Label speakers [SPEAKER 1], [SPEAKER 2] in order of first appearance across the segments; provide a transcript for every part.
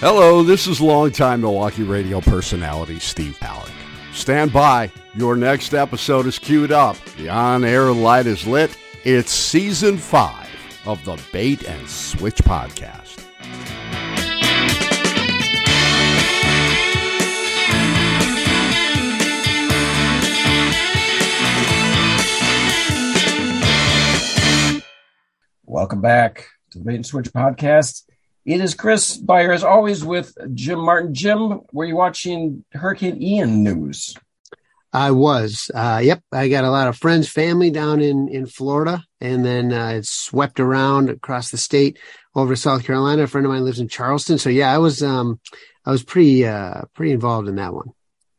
[SPEAKER 1] Hello, this is longtime Milwaukee radio personality Steve Pallett. Stand by. Your next episode is queued up. The on air light is lit. It's season five of the Bait and Switch podcast.
[SPEAKER 2] Welcome back to the Bait and Switch podcast. It is Chris Byer, as always, with Jim Martin. Jim, were you watching Hurricane Ian news?
[SPEAKER 3] I was. Uh, yep, I got a lot of friends, family down in in Florida, and then uh, it swept around across the state over to South Carolina. A friend of mine lives in Charleston, so yeah, I was um, I was pretty uh, pretty involved in that one.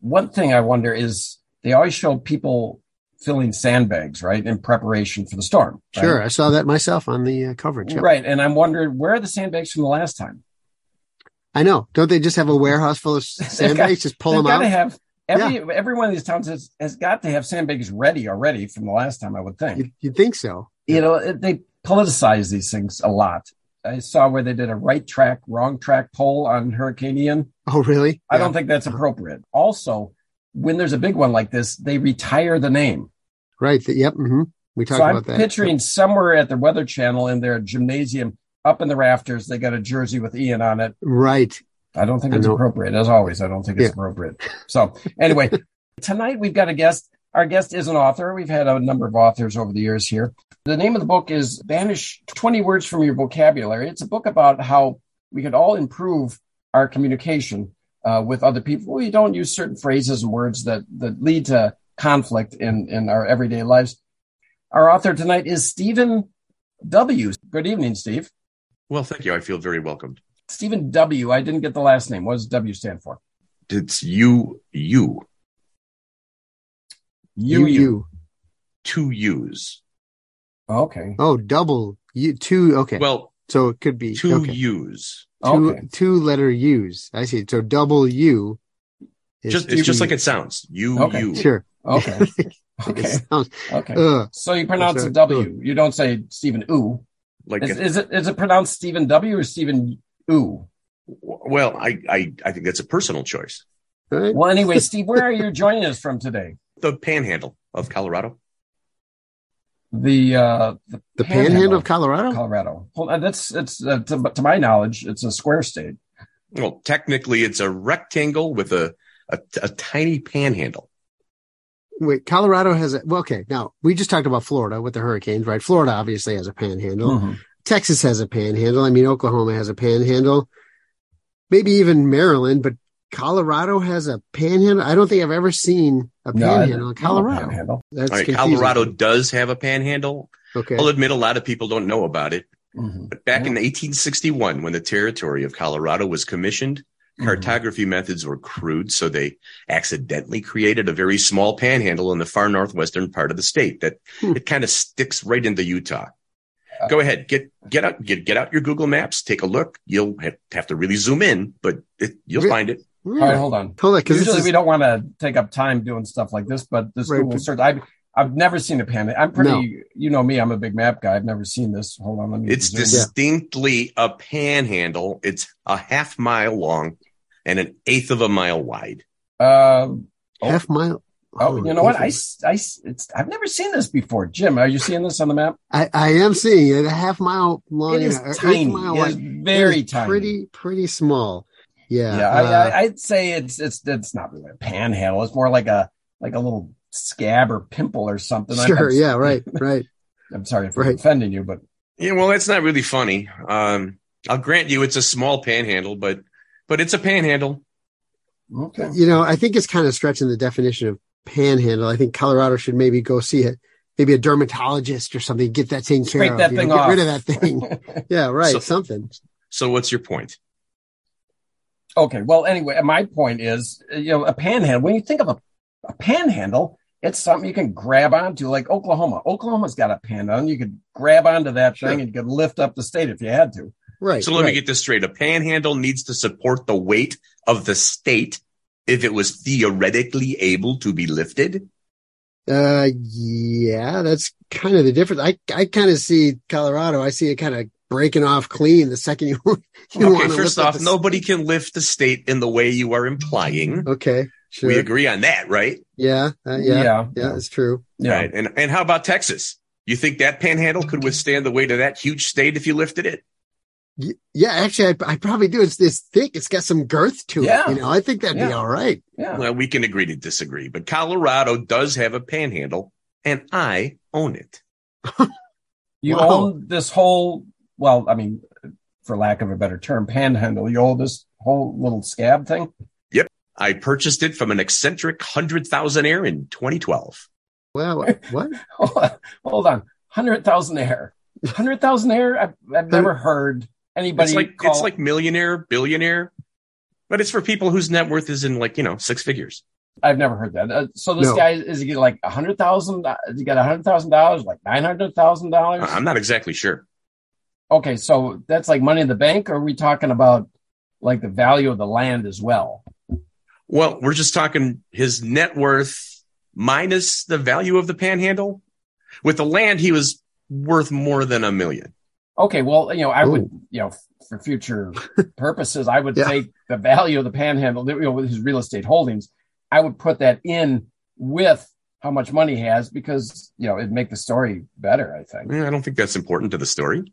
[SPEAKER 2] One thing I wonder is they always show people filling sandbags, right, in preparation for the storm. right?
[SPEAKER 3] Sure, I saw that myself on the uh, coverage. Yep.
[SPEAKER 2] Right. And I'm wondering where are the sandbags from the last time?
[SPEAKER 3] I know. Don't they just have a warehouse full of sandbags? just pull
[SPEAKER 2] They've
[SPEAKER 3] them
[SPEAKER 2] got to
[SPEAKER 3] out.
[SPEAKER 2] have every every one of these towns has, has got to have sandbags ready already from the last time, I would think.
[SPEAKER 3] you, you'd think so.
[SPEAKER 2] you know it- they politicize these things a lot i saw where they did a right track wrong track poll on hurricane ian
[SPEAKER 3] Oh, really?
[SPEAKER 2] i don't think that's appropriate also when there's a big one like this they retire the name
[SPEAKER 3] Right. th- yep. hmm We talked
[SPEAKER 2] so i'm
[SPEAKER 3] about that.
[SPEAKER 2] picturing somewhere at the weather channel in their gymnasium up in the rafters they got a jersey with ian on it
[SPEAKER 3] Right.
[SPEAKER 2] i don't think
[SPEAKER 3] I
[SPEAKER 2] it's
[SPEAKER 3] know.
[SPEAKER 2] appropriate as always i don't think it's
[SPEAKER 3] Yeah.
[SPEAKER 2] appropriate so anyway tonight we've got a guest our guest is an author we've had a number of authors over the years here The name of the book is Banish 20 Words from Your Vocabulary. It's a book about how we could all improve our communication uh, with other people. We don't use certain phrases and words that, that lead to conflict in, in our everyday lives. Our author tonight is Stephen W. Good evening, Steve.
[SPEAKER 4] Well, thank you. I feel very welcomed.
[SPEAKER 2] Stephen W. I didn't get the last name. What does W stand for?
[SPEAKER 4] It's you, you,
[SPEAKER 3] You,
[SPEAKER 2] UU.
[SPEAKER 3] you.
[SPEAKER 4] two U's.
[SPEAKER 2] Okay.
[SPEAKER 3] Oh, double. You two. Okay.
[SPEAKER 4] Well,
[SPEAKER 3] so it could be
[SPEAKER 4] two
[SPEAKER 3] okay.
[SPEAKER 4] U's.
[SPEAKER 3] two
[SPEAKER 2] Okay.
[SPEAKER 3] two letter U's. I see. So double U. is
[SPEAKER 4] Just it's just
[SPEAKER 3] two
[SPEAKER 4] like it sounds. You,
[SPEAKER 2] Okay.
[SPEAKER 4] you.
[SPEAKER 3] U's. Sure.
[SPEAKER 2] Okay.
[SPEAKER 3] It
[SPEAKER 2] Okay.
[SPEAKER 3] sounds- uh,
[SPEAKER 2] Okay.
[SPEAKER 3] Ugh.
[SPEAKER 2] So you pronounce
[SPEAKER 3] That's
[SPEAKER 2] it
[SPEAKER 3] a-
[SPEAKER 2] W. You don't say Stephen Ooh.
[SPEAKER 4] Like
[SPEAKER 2] Is,
[SPEAKER 4] a-
[SPEAKER 2] is it is it pronounced Stephen W or Stephen U?
[SPEAKER 4] well, I, I I think that's a personal choice.
[SPEAKER 3] Right?
[SPEAKER 2] Well, anyway, Steve, where are you joining us from today?
[SPEAKER 4] The Panhandle of Colorado.
[SPEAKER 2] The uh, the,
[SPEAKER 3] The panhandle of Colorado?
[SPEAKER 2] Colorado. Hold on, that's it's uh, to, to my knowledge, it's a square state.
[SPEAKER 4] Well, technically, it's a rectangle with a a, a tiny panhandle.
[SPEAKER 3] Wait, Colorado has a well, okay. Now we just talked about Florida with the hurricanes, right? Florida obviously has a panhandle.
[SPEAKER 2] Hmm. Mm-hmm.
[SPEAKER 3] Texas has a panhandle. I mean, Oklahoma has a panhandle. Maybe even Maryland, but Colorado has a panhandle. I don't think I've ever seen a
[SPEAKER 2] No, I-
[SPEAKER 3] panhandle in Colorado.
[SPEAKER 2] Panhandle.
[SPEAKER 3] That's
[SPEAKER 4] All right,
[SPEAKER 3] confusing.
[SPEAKER 4] Colorado does have a panhandle.
[SPEAKER 3] Okay.
[SPEAKER 4] I'll admit a lot of people don't know about it,
[SPEAKER 2] Mhm.
[SPEAKER 4] but back in 1861, when the territory of Colorado was commissioned,
[SPEAKER 3] Mm-hmm.
[SPEAKER 4] Cartography methods were crude, so they accidentally created a very small panhandle in the far northwestern part of the state that
[SPEAKER 3] Hmm.
[SPEAKER 4] it kind of sticks right into Utah.
[SPEAKER 2] Uh,
[SPEAKER 4] Go ahead, get get out get get out your Google Maps, take a look. You'll ha- have to really zoom in, but it, you'll
[SPEAKER 3] Re-
[SPEAKER 4] find it.
[SPEAKER 3] Weird.
[SPEAKER 2] All right, hold on.
[SPEAKER 3] Hold on, because
[SPEAKER 2] Usually,
[SPEAKER 3] this
[SPEAKER 2] we
[SPEAKER 3] is,
[SPEAKER 2] don't want to take up time doing stuff like this, but this
[SPEAKER 3] Right,
[SPEAKER 2] Google
[SPEAKER 3] but-
[SPEAKER 2] search, I've I've never seen a panhandle. I'm pretty,
[SPEAKER 3] No.
[SPEAKER 2] you know me, I'm a big map guy. I've never seen this. Hold on, let me.
[SPEAKER 4] It's
[SPEAKER 2] zoom in.
[SPEAKER 4] distinctly a panhandle. It's a half mile long and an eighth of a mile wide.
[SPEAKER 2] Uh,
[SPEAKER 3] half mile.
[SPEAKER 2] Oh, you know what? I,
[SPEAKER 3] I,
[SPEAKER 2] s- I s- it's, I've never seen this before. Jim, are you seeing this on the map?
[SPEAKER 3] I, am seeing it. A half mile long.
[SPEAKER 2] It is
[SPEAKER 3] or eighth
[SPEAKER 2] tiny.
[SPEAKER 3] mile
[SPEAKER 2] It is
[SPEAKER 3] wide.
[SPEAKER 2] very
[SPEAKER 3] It is
[SPEAKER 2] tiny.
[SPEAKER 3] Pretty, pretty small. Yeah.
[SPEAKER 2] yeah, I,
[SPEAKER 3] uh,
[SPEAKER 2] I, I'd say it's it's it's not really a panhandle. It's more like a like a little scab or pimple or something. I'm-
[SPEAKER 3] sure.
[SPEAKER 2] I'm,
[SPEAKER 3] Yeah. Right. Right.
[SPEAKER 2] I'm sorry if I'm
[SPEAKER 3] Right.
[SPEAKER 2] offending you, but
[SPEAKER 4] Yeah, well, that's not really funny. Um, I'll grant you it's a small panhandle, but but it's a panhandle.
[SPEAKER 2] okay.
[SPEAKER 3] You know, I think it's kind of stretching the definition of panhandle. I think Colorado should maybe go see it. Maybe a dermatologist or something. Get that taken care
[SPEAKER 2] Break
[SPEAKER 3] of.
[SPEAKER 2] that
[SPEAKER 3] you know,
[SPEAKER 2] thing
[SPEAKER 3] get
[SPEAKER 2] off.
[SPEAKER 3] rid of that thing. yeah. Right.
[SPEAKER 4] So-
[SPEAKER 3] something.
[SPEAKER 4] So what's your point?
[SPEAKER 2] okay. Well, anyway, my point is, you know, a panhandle. When you think of a, a panhandle, it's something you can grab onto, like Oklahoma. Oklahoma's got a panhandle. You could grab onto that
[SPEAKER 3] Sure.
[SPEAKER 2] thing and you could lift up the state if you had to.
[SPEAKER 3] Right.
[SPEAKER 4] So let me
[SPEAKER 3] right.
[SPEAKER 4] get this straight. A panhandle needs to support the weight of the state if it was theoretically able to be lifted.
[SPEAKER 3] Uh, yeah, that's kind of the difference. I I kind of see Colorado. I see it kind of breaking off clean the second you, you
[SPEAKER 4] okay,
[SPEAKER 3] want to
[SPEAKER 4] first
[SPEAKER 3] lift up
[SPEAKER 4] off,
[SPEAKER 3] the-
[SPEAKER 4] nobody can lift the state in the way you are implying.
[SPEAKER 3] Okay, Mm-hmm. sure.
[SPEAKER 4] We agree on that, right?
[SPEAKER 3] Yeah, uh, yeah, yeah,
[SPEAKER 2] yeah,
[SPEAKER 3] it's true.
[SPEAKER 2] yeah.
[SPEAKER 4] Right. And and how about Texas? You think that panhandle could withstand the weight of that huge state if you lifted it?
[SPEAKER 3] Y- Yeah, actually, I, I probably do. It's this thick. It's got some girth to
[SPEAKER 2] Yeah.
[SPEAKER 3] it. You know, I think that'd be
[SPEAKER 2] Yeah.
[SPEAKER 3] all right.
[SPEAKER 2] yeah.
[SPEAKER 4] Well, we can agree to disagree, but Colorado does have a panhandle, and I own it.
[SPEAKER 2] You
[SPEAKER 3] Wow.
[SPEAKER 2] own this whole, well, I mean, for lack of a better term, panhandle. You own this whole little scab thing.
[SPEAKER 4] I purchased it from an eccentric hundred thousandaire in 2012.
[SPEAKER 3] Well, what?
[SPEAKER 2] Hold on, hundred thousand air, hundred thousand air. I've, I've never heard anybody
[SPEAKER 4] It's like
[SPEAKER 2] call.
[SPEAKER 4] it's like millionaire, billionaire, but it's for people whose net worth is in like you know six figures.
[SPEAKER 2] I've never heard that. Uh, so this
[SPEAKER 3] No.
[SPEAKER 2] guy is he get like a hundred thousand? Does he get a hundred thousand dollars? Like nine hundred thousand dollars?
[SPEAKER 4] I- I'm not exactly sure.
[SPEAKER 2] Okay, so that's like money in the bank. Or are we talking about like the value of the land as well?
[SPEAKER 4] Well, we're just talking his net worth minus the value of the panhandle. With the land, he was worth more than a million.
[SPEAKER 2] Okay, well, you know, I
[SPEAKER 3] Ooh.
[SPEAKER 2] would, you know, for future purposes, I would
[SPEAKER 3] Yeah.
[SPEAKER 2] take the value of the panhandle, you know, with his real estate holdings, I would put that in with how much money he has because, you know, it'd make the story better, I think.
[SPEAKER 4] Eh, I don't think that's important to the story.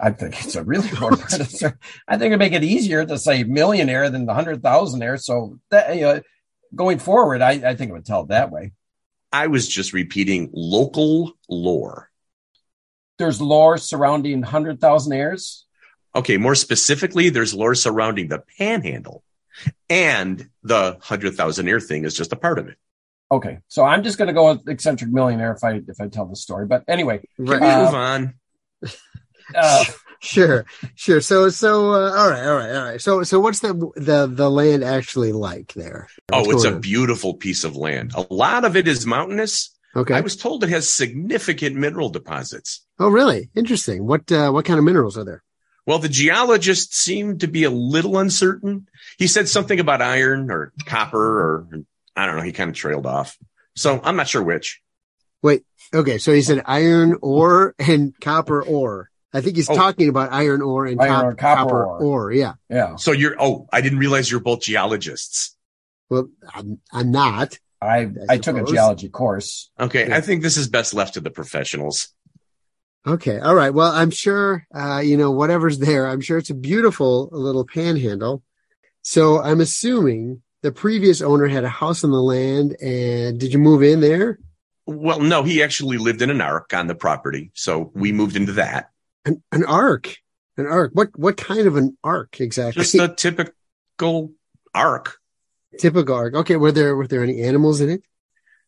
[SPEAKER 2] I think it's a really important part of the story. I think it'd make it easier to say millionaire than the hundred thousandaire. So that, you know, going forward, I, I think it would tell it that way.
[SPEAKER 4] I was just repeating local lore.
[SPEAKER 2] There's lore surrounding hundred thousandaires.
[SPEAKER 4] Okay, more specifically, there's lore surrounding the panhandle, and the hundred thousandaire thing is just a part of it.
[SPEAKER 2] Okay, so I'm just going to go with eccentric millionaire if I if I tell the story. But anyway,
[SPEAKER 3] Right.
[SPEAKER 2] Uh,
[SPEAKER 4] Move on.
[SPEAKER 2] uh,
[SPEAKER 3] sure, sure. So, so uh, all right, all right, all right. So, so what's the the the land actually like there?
[SPEAKER 4] Oh,
[SPEAKER 3] What's
[SPEAKER 4] it's a
[SPEAKER 3] going on?
[SPEAKER 4] beautiful piece of land. A lot of it is mountainous. I
[SPEAKER 3] okay.
[SPEAKER 4] was told it has significant mineral deposits.
[SPEAKER 3] Oh, really? Interesting. What uh, what kind of minerals are there?
[SPEAKER 4] Well, the geologist seemed to be a little uncertain. He said something about iron or copper or I don't know. He kind of trailed off. So I'm not sure which.
[SPEAKER 3] Okay, so he said iron ore and copper ore. I think he's
[SPEAKER 4] Oh.
[SPEAKER 3] talking about iron ore and
[SPEAKER 2] Iron
[SPEAKER 3] cop-
[SPEAKER 2] ore, copper ore.
[SPEAKER 3] ore. Yeah.
[SPEAKER 2] yeah,
[SPEAKER 4] So you're, oh, I didn't realize you're both geologists.
[SPEAKER 3] Well, I'm, I'm not.
[SPEAKER 2] I
[SPEAKER 3] I
[SPEAKER 2] I took a
[SPEAKER 3] suppose.
[SPEAKER 2] geology course.
[SPEAKER 4] Okay.
[SPEAKER 3] Yeah.
[SPEAKER 4] I think this is best left to the professionals.
[SPEAKER 3] Okay. All right. Well, I'm sure, uh, you know, whatever's there, I'm sure it's a beautiful little panhandle. So I'm assuming the previous owner had a house on the land and did you move in there?
[SPEAKER 4] Well, no, he actually lived in an ark on the property. So we
[SPEAKER 3] Hmm.
[SPEAKER 4] moved into that.
[SPEAKER 3] An, an ark, an ark. What, what kind of an ark exactly?
[SPEAKER 4] Just a typical ark.
[SPEAKER 3] typical ark. Okay. Were there, were there any animals in it?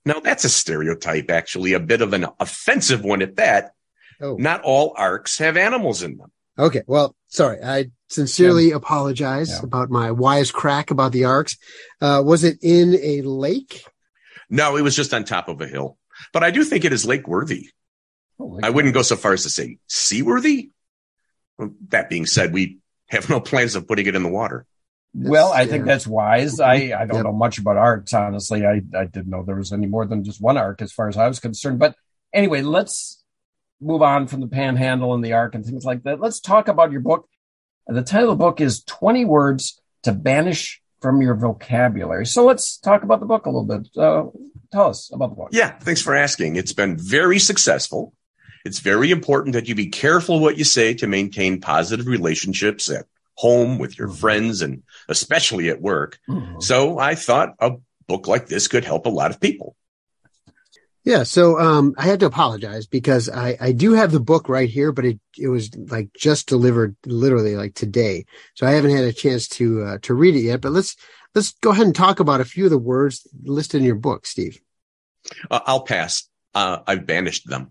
[SPEAKER 4] Now that's a stereotype, actually, a bit of an offensive one at that.
[SPEAKER 3] Oh,
[SPEAKER 4] Not all arcs have animals in them.
[SPEAKER 3] Okay. Well, sorry. I sincerely apologize
[SPEAKER 2] Yeah.
[SPEAKER 3] about my wisecrack about the arcs. Uh, was it in a lake?
[SPEAKER 4] No, it was just on top of a hill. But I do think it is lake worthy. I wouldn't go so far as to say seaworthy. Well, That being said, we have no plans of putting it in the water.
[SPEAKER 2] Well, I think
[SPEAKER 3] Yeah.
[SPEAKER 2] that's wise. I, I don't
[SPEAKER 3] Yep.
[SPEAKER 2] know much about arcs, honestly. I, I didn't know there was any more than just one arc as far as I was concerned. But anyway, let's move on from the panhandle and the arc and things like that. Let's talk about your book. The title of the book is 20 Words to Banish from Your Vocabulary. So let's talk about the book a little bit. Uh, tell us about the book.
[SPEAKER 4] Yeah, thanks for asking. It's been very successful. It's very important that you be careful what you say to maintain positive relationships at home with your friends and especially at work.
[SPEAKER 2] Mhm.
[SPEAKER 4] So I thought a book like this could help a lot of people.
[SPEAKER 3] Yeah. So, um, I had to apologize because I, I do have the book right here, but it, it was like just delivered literally like today. So I haven't had a chance to, uh, to read it yet, but let's, let's go ahead and talk about a few of the words listed in your book, Steve.
[SPEAKER 4] Uh, I'll pass. Uh, I've banished them.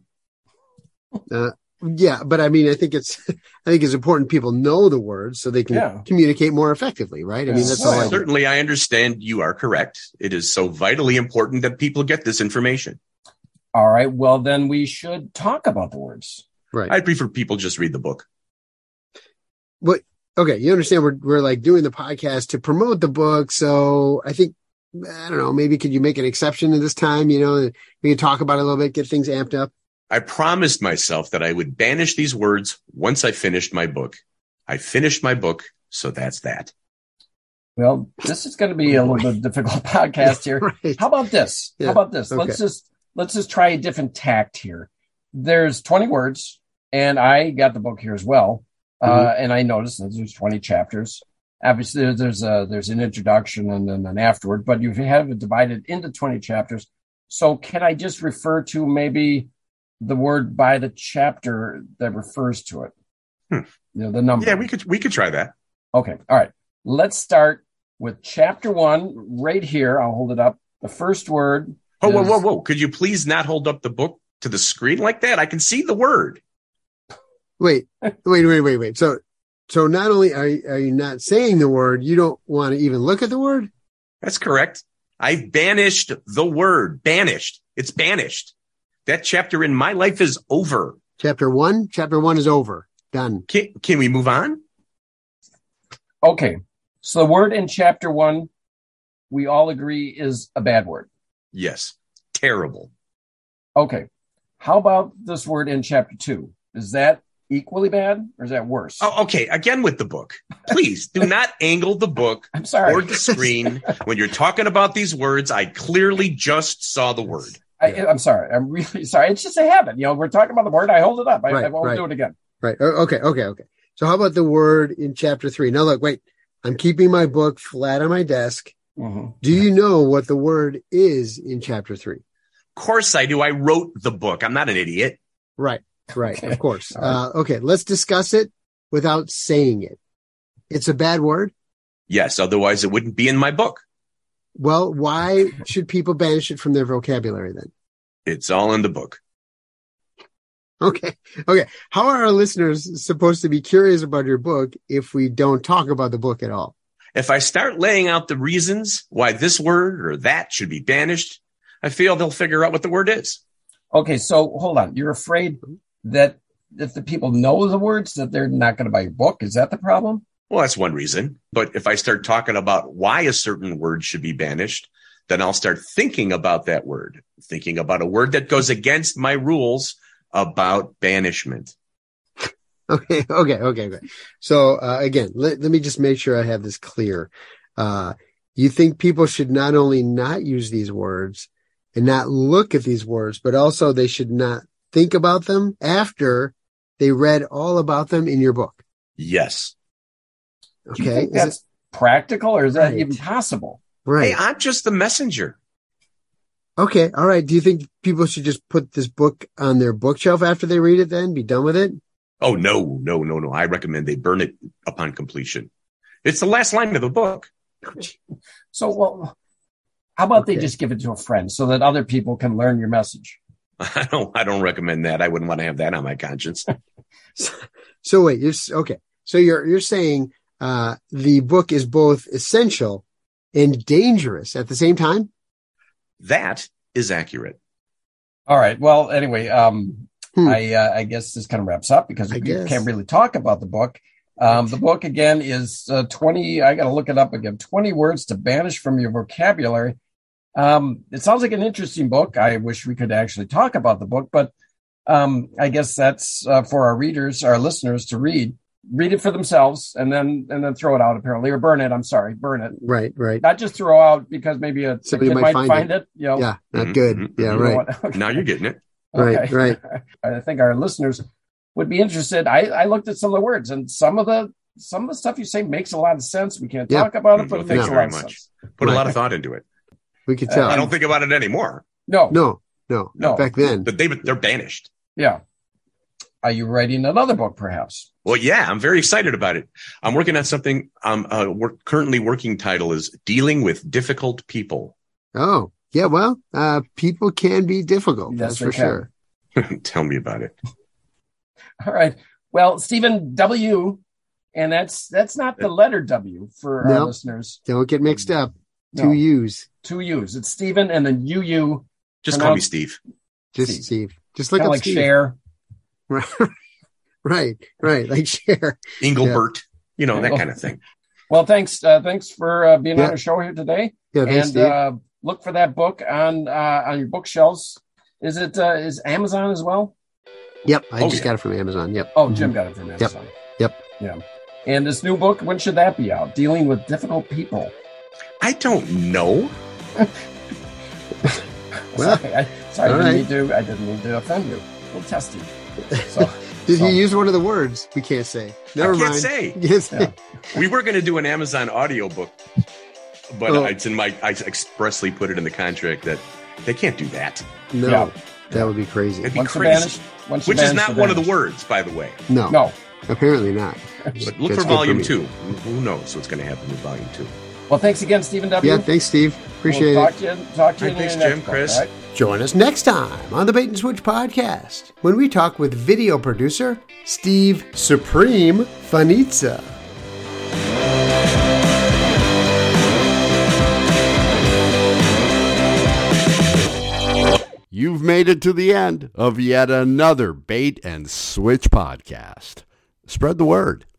[SPEAKER 3] Yeah. But I mean, I think it's, I think it's important people know the words so they can
[SPEAKER 2] Yeah.
[SPEAKER 3] communicate more effectively, right? I mean,
[SPEAKER 2] Yeah. Oh,
[SPEAKER 3] that's
[SPEAKER 2] Well,
[SPEAKER 3] all I do.
[SPEAKER 4] Certainly, I understand you are correct. It is so vitally important that people get this information.
[SPEAKER 2] All right. Well, then we should talk about the words.
[SPEAKER 3] Right.
[SPEAKER 4] I prefer people just read the book.
[SPEAKER 3] okay you understand we're, we're like doing the podcast to promote the book so i think i don't know maybe could you make an exception at this time you know we can talk about it a little bit get things amped up
[SPEAKER 4] I promised myself that I would banish these words once I finished my book. I finished my book, so that's that.
[SPEAKER 2] Well, this is going to be a little bit difficult podcast here.
[SPEAKER 3] Right.
[SPEAKER 2] How about this?
[SPEAKER 3] Yeah,
[SPEAKER 2] How about this?
[SPEAKER 3] okay.
[SPEAKER 2] Let's just let's just try a different tact here. There's 20 words, and I got the book here as well, uh,
[SPEAKER 4] Mm-hmm.
[SPEAKER 2] and I noticed that there's 20 chapters. Obviously, there- there's a there's an introduction and then an afterward, but you have it divided into 20 chapters. So can I just refer to maybe the word by the chapter that refers to it?
[SPEAKER 4] Hmm.
[SPEAKER 2] You know, the number.
[SPEAKER 4] Yeah, we could we could try that.
[SPEAKER 2] Okay. All right. Let's start with chapter one right here. I'll hold it up. The first word.
[SPEAKER 4] Oh, whoa,
[SPEAKER 2] is-
[SPEAKER 4] whoa, whoa! Could you please not hold up the book to the screen like that? I can see the word.
[SPEAKER 3] Wait, wait, wait, wait, wait. So, so not only are you, are you not saying the word, you don't want to even look at the word.
[SPEAKER 4] That's correct. I've banished the word. Banished. It's banished. That chapter in my life is over.
[SPEAKER 3] Chapter one, chapter one is over. Done.
[SPEAKER 4] Can, can we move on?
[SPEAKER 2] Okay. So the word in chapter one, we all agree is a bad word.
[SPEAKER 4] Yes. Terrible.
[SPEAKER 2] Okay. How about this word in chapter two? Is that equally bad or is that worse?
[SPEAKER 4] Oh, okay. Again with the book. Please do not angle the book
[SPEAKER 2] I'm sorry.
[SPEAKER 4] or the screen when you're talking about these words. I clearly just saw the word.
[SPEAKER 2] I, I'm sorry. I'm really sorry. It's just a habit. You know, we're talking about the word. I hold it up. I, I
[SPEAKER 3] Right,
[SPEAKER 2] won't
[SPEAKER 3] right.
[SPEAKER 2] do it again.
[SPEAKER 3] Right. O- Okay. Okay. Okay. So how about the word in chapter three? Now look, wait, I'm keeping my book flat on my desk.
[SPEAKER 2] Mhm.
[SPEAKER 3] Do you know what the word is in chapter three?
[SPEAKER 4] Of course I do. I wrote the book. I'm not an idiot.
[SPEAKER 3] Right. Right.
[SPEAKER 2] Okay.
[SPEAKER 3] Of course.
[SPEAKER 2] All right.
[SPEAKER 3] Uh, okay. Let's discuss it without saying it. It's a bad word.
[SPEAKER 4] Yes. Otherwise it wouldn't be in my book.
[SPEAKER 3] Well, why should people banish it from their vocabulary then?
[SPEAKER 4] It's all in the book.
[SPEAKER 3] Okay. Okay. How are our listeners supposed to be curious about your book if we don't talk about the book at all?
[SPEAKER 4] If I start laying out the reasons why this word or that should be banished, I feel they'll figure out what the word is.
[SPEAKER 2] Okay. So hold on. You're afraid that if the people know the words that they're not going to buy your book. Is that the problem?
[SPEAKER 4] Well, that's one reason. But if I start talking about why a certain word should be banished, then I'll start thinking about that word, thinking about a word that goes against my rules about banishment.
[SPEAKER 3] Okay, okay, okay, okay. So uh, again, let, let me just make sure I have this clear. Uh, you think people should not only not use these words and not look at these words, but also they should not think about them after they read all about them in your book.
[SPEAKER 4] Yes.
[SPEAKER 2] Do you
[SPEAKER 3] Okay,
[SPEAKER 2] think
[SPEAKER 3] Is it-
[SPEAKER 2] that's practical or is that
[SPEAKER 3] Right.
[SPEAKER 2] even possible?
[SPEAKER 3] right.
[SPEAKER 4] Hey, I'm just the messenger.
[SPEAKER 3] okay, all right. Do you think people should just put this book on their bookshelf after they read it? Then be done with it.
[SPEAKER 4] Oh, no, no, no, no. I recommend they burn it upon completion. It's the last line of the book.
[SPEAKER 2] So, well, how about they
[SPEAKER 3] Okay.
[SPEAKER 2] just give it to a friend so that other people can learn your message?
[SPEAKER 4] I don't, I don't recommend that. I wouldn't want to have that on my conscience.
[SPEAKER 3] So wait, you're s- okay. So you're you're saying uh, the book is both essential and dangerous at the same time.
[SPEAKER 4] that is accurate.
[SPEAKER 2] All right. Well, anyway, um,
[SPEAKER 3] Hmm.
[SPEAKER 2] I uh, I guess this kind of wraps up because
[SPEAKER 3] I
[SPEAKER 2] we
[SPEAKER 3] guess.
[SPEAKER 2] can't really talk about the book. Um, the book again is uh, twenty. I got to look it up again. Twenty words to banish from your vocabulary. Um, it sounds like an interesting book. I wish we could actually talk about the book, but um, I guess that's uh, for our readers, our listeners to read. Read it for themselves, and then and then throw it out apparently, or burn it. I'm sorry, burn it.
[SPEAKER 3] Right, right.
[SPEAKER 2] Not just throw out because maybe a, a
[SPEAKER 3] Somebody
[SPEAKER 2] kid
[SPEAKER 3] might
[SPEAKER 2] might
[SPEAKER 3] find
[SPEAKER 2] find, it. You know,
[SPEAKER 3] Yeah, not
[SPEAKER 4] Mhm,
[SPEAKER 3] good.
[SPEAKER 4] mhm,
[SPEAKER 3] Yeah,
[SPEAKER 2] Mm-hmm, you know
[SPEAKER 4] mhm.
[SPEAKER 3] right.
[SPEAKER 2] what? Okay.
[SPEAKER 4] Now you're getting it.
[SPEAKER 3] Right, right.
[SPEAKER 2] I think our listeners would be interested. I, I looked at some of the words and some of the some of the stuff you say makes a lot of sense. We can't
[SPEAKER 3] Yeah.
[SPEAKER 2] talk about it, but
[SPEAKER 4] Well,
[SPEAKER 2] it
[SPEAKER 4] thank
[SPEAKER 2] makes a
[SPEAKER 4] you
[SPEAKER 2] lot
[SPEAKER 4] very
[SPEAKER 2] of
[SPEAKER 4] much.
[SPEAKER 2] sense.
[SPEAKER 4] Put a
[SPEAKER 3] Right.
[SPEAKER 4] lot of thought into it.
[SPEAKER 3] We could
[SPEAKER 2] Uh,
[SPEAKER 3] tell.
[SPEAKER 4] I don't think about it anymore.
[SPEAKER 2] No,
[SPEAKER 3] no, no,
[SPEAKER 2] no.
[SPEAKER 3] Back then,
[SPEAKER 4] But they, they're banished.
[SPEAKER 2] Yeah. Are you writing another book, perhaps?
[SPEAKER 4] Well, yeah, I'm very excited about it. I'm working on something. I'm uh, work, currently working title is dealing with difficult people.
[SPEAKER 3] oh yeah. Well, uh, people can be difficult.
[SPEAKER 2] Yes,
[SPEAKER 3] that's
[SPEAKER 2] they
[SPEAKER 3] for
[SPEAKER 2] can.
[SPEAKER 3] sure.
[SPEAKER 4] Tell me about it.
[SPEAKER 2] All right. Well, Stephen W. And that's that's not the letter W for our
[SPEAKER 3] No.
[SPEAKER 2] listeners.
[SPEAKER 3] Don't get mixed up.
[SPEAKER 2] Mm-hmm. No,
[SPEAKER 3] Two U's.
[SPEAKER 2] two U's. It's Stephen and then UU.
[SPEAKER 4] Just
[SPEAKER 2] And
[SPEAKER 4] call
[SPEAKER 2] I'll-
[SPEAKER 4] me Steve.
[SPEAKER 3] Just
[SPEAKER 2] Steve.
[SPEAKER 3] Steve. Just look
[SPEAKER 2] Kind
[SPEAKER 3] up
[SPEAKER 2] of like
[SPEAKER 3] Steve.
[SPEAKER 2] share.
[SPEAKER 3] Right, right, right. Like share.
[SPEAKER 4] Engelbert. You know that kind of thing.
[SPEAKER 2] Well, thanks. Uh, thanks for uh, being on
[SPEAKER 3] Yeah.
[SPEAKER 2] our show here today.
[SPEAKER 3] Yeah, thanks,
[SPEAKER 2] and
[SPEAKER 3] Steve.
[SPEAKER 2] uh, look for that book on uh, on your bookshelves. Is it uh, is Amazon as well?
[SPEAKER 3] Yep, I
[SPEAKER 4] Oh,
[SPEAKER 3] just
[SPEAKER 4] yeah.
[SPEAKER 3] got it from Amazon. Yep.
[SPEAKER 2] Oh, Jim got it from Amazon.
[SPEAKER 3] Mm-hmm. Yep.
[SPEAKER 2] Yeah. And this new book, when should that be out? Dealing with difficult people.
[SPEAKER 4] I don't know.
[SPEAKER 3] Well,
[SPEAKER 2] sorry, I, sorry I
[SPEAKER 3] all
[SPEAKER 2] didn't
[SPEAKER 3] right.
[SPEAKER 2] mean to. I didn't mean to offend you. We'll test you. So,
[SPEAKER 3] Did
[SPEAKER 2] So-
[SPEAKER 3] you use one of the words we can't say? Never
[SPEAKER 4] I can't
[SPEAKER 3] mind.
[SPEAKER 4] say.
[SPEAKER 3] Yes.
[SPEAKER 2] Yeah.
[SPEAKER 4] We were going to do an Amazon audiobook, but
[SPEAKER 3] Oh.
[SPEAKER 4] it's in my. I expressly put it in the contract that they can't do that,
[SPEAKER 3] No,
[SPEAKER 2] Yeah.
[SPEAKER 3] that would be crazy.
[SPEAKER 4] It'd be
[SPEAKER 2] once
[SPEAKER 4] crazy.
[SPEAKER 2] you're banished, once you're
[SPEAKER 4] which is
[SPEAKER 2] banished,
[SPEAKER 4] not
[SPEAKER 2] you're
[SPEAKER 4] one of the
[SPEAKER 2] banished.
[SPEAKER 4] words, by the way.
[SPEAKER 3] No,
[SPEAKER 2] No.
[SPEAKER 3] apparently not.
[SPEAKER 4] But look
[SPEAKER 3] That's
[SPEAKER 4] for
[SPEAKER 3] good
[SPEAKER 4] volume
[SPEAKER 3] me.
[SPEAKER 4] two. Who knows what's going to happen with volume two?
[SPEAKER 2] Well, thanks again, Stephen W.
[SPEAKER 3] Yeah, thanks, Steve. Appreciate
[SPEAKER 2] we'll
[SPEAKER 3] it.
[SPEAKER 2] Talk to you, talk to you
[SPEAKER 4] All right,
[SPEAKER 2] in
[SPEAKER 4] thanks,
[SPEAKER 2] the next
[SPEAKER 4] Jim,
[SPEAKER 2] book,
[SPEAKER 4] Chris.
[SPEAKER 2] all right?
[SPEAKER 3] Join us next time on the Bait and Switch podcast when we talk with video producer Steve Supreme Fanitza.
[SPEAKER 1] You've made it to the end of yet another Bait and Switch podcast. Spread the word.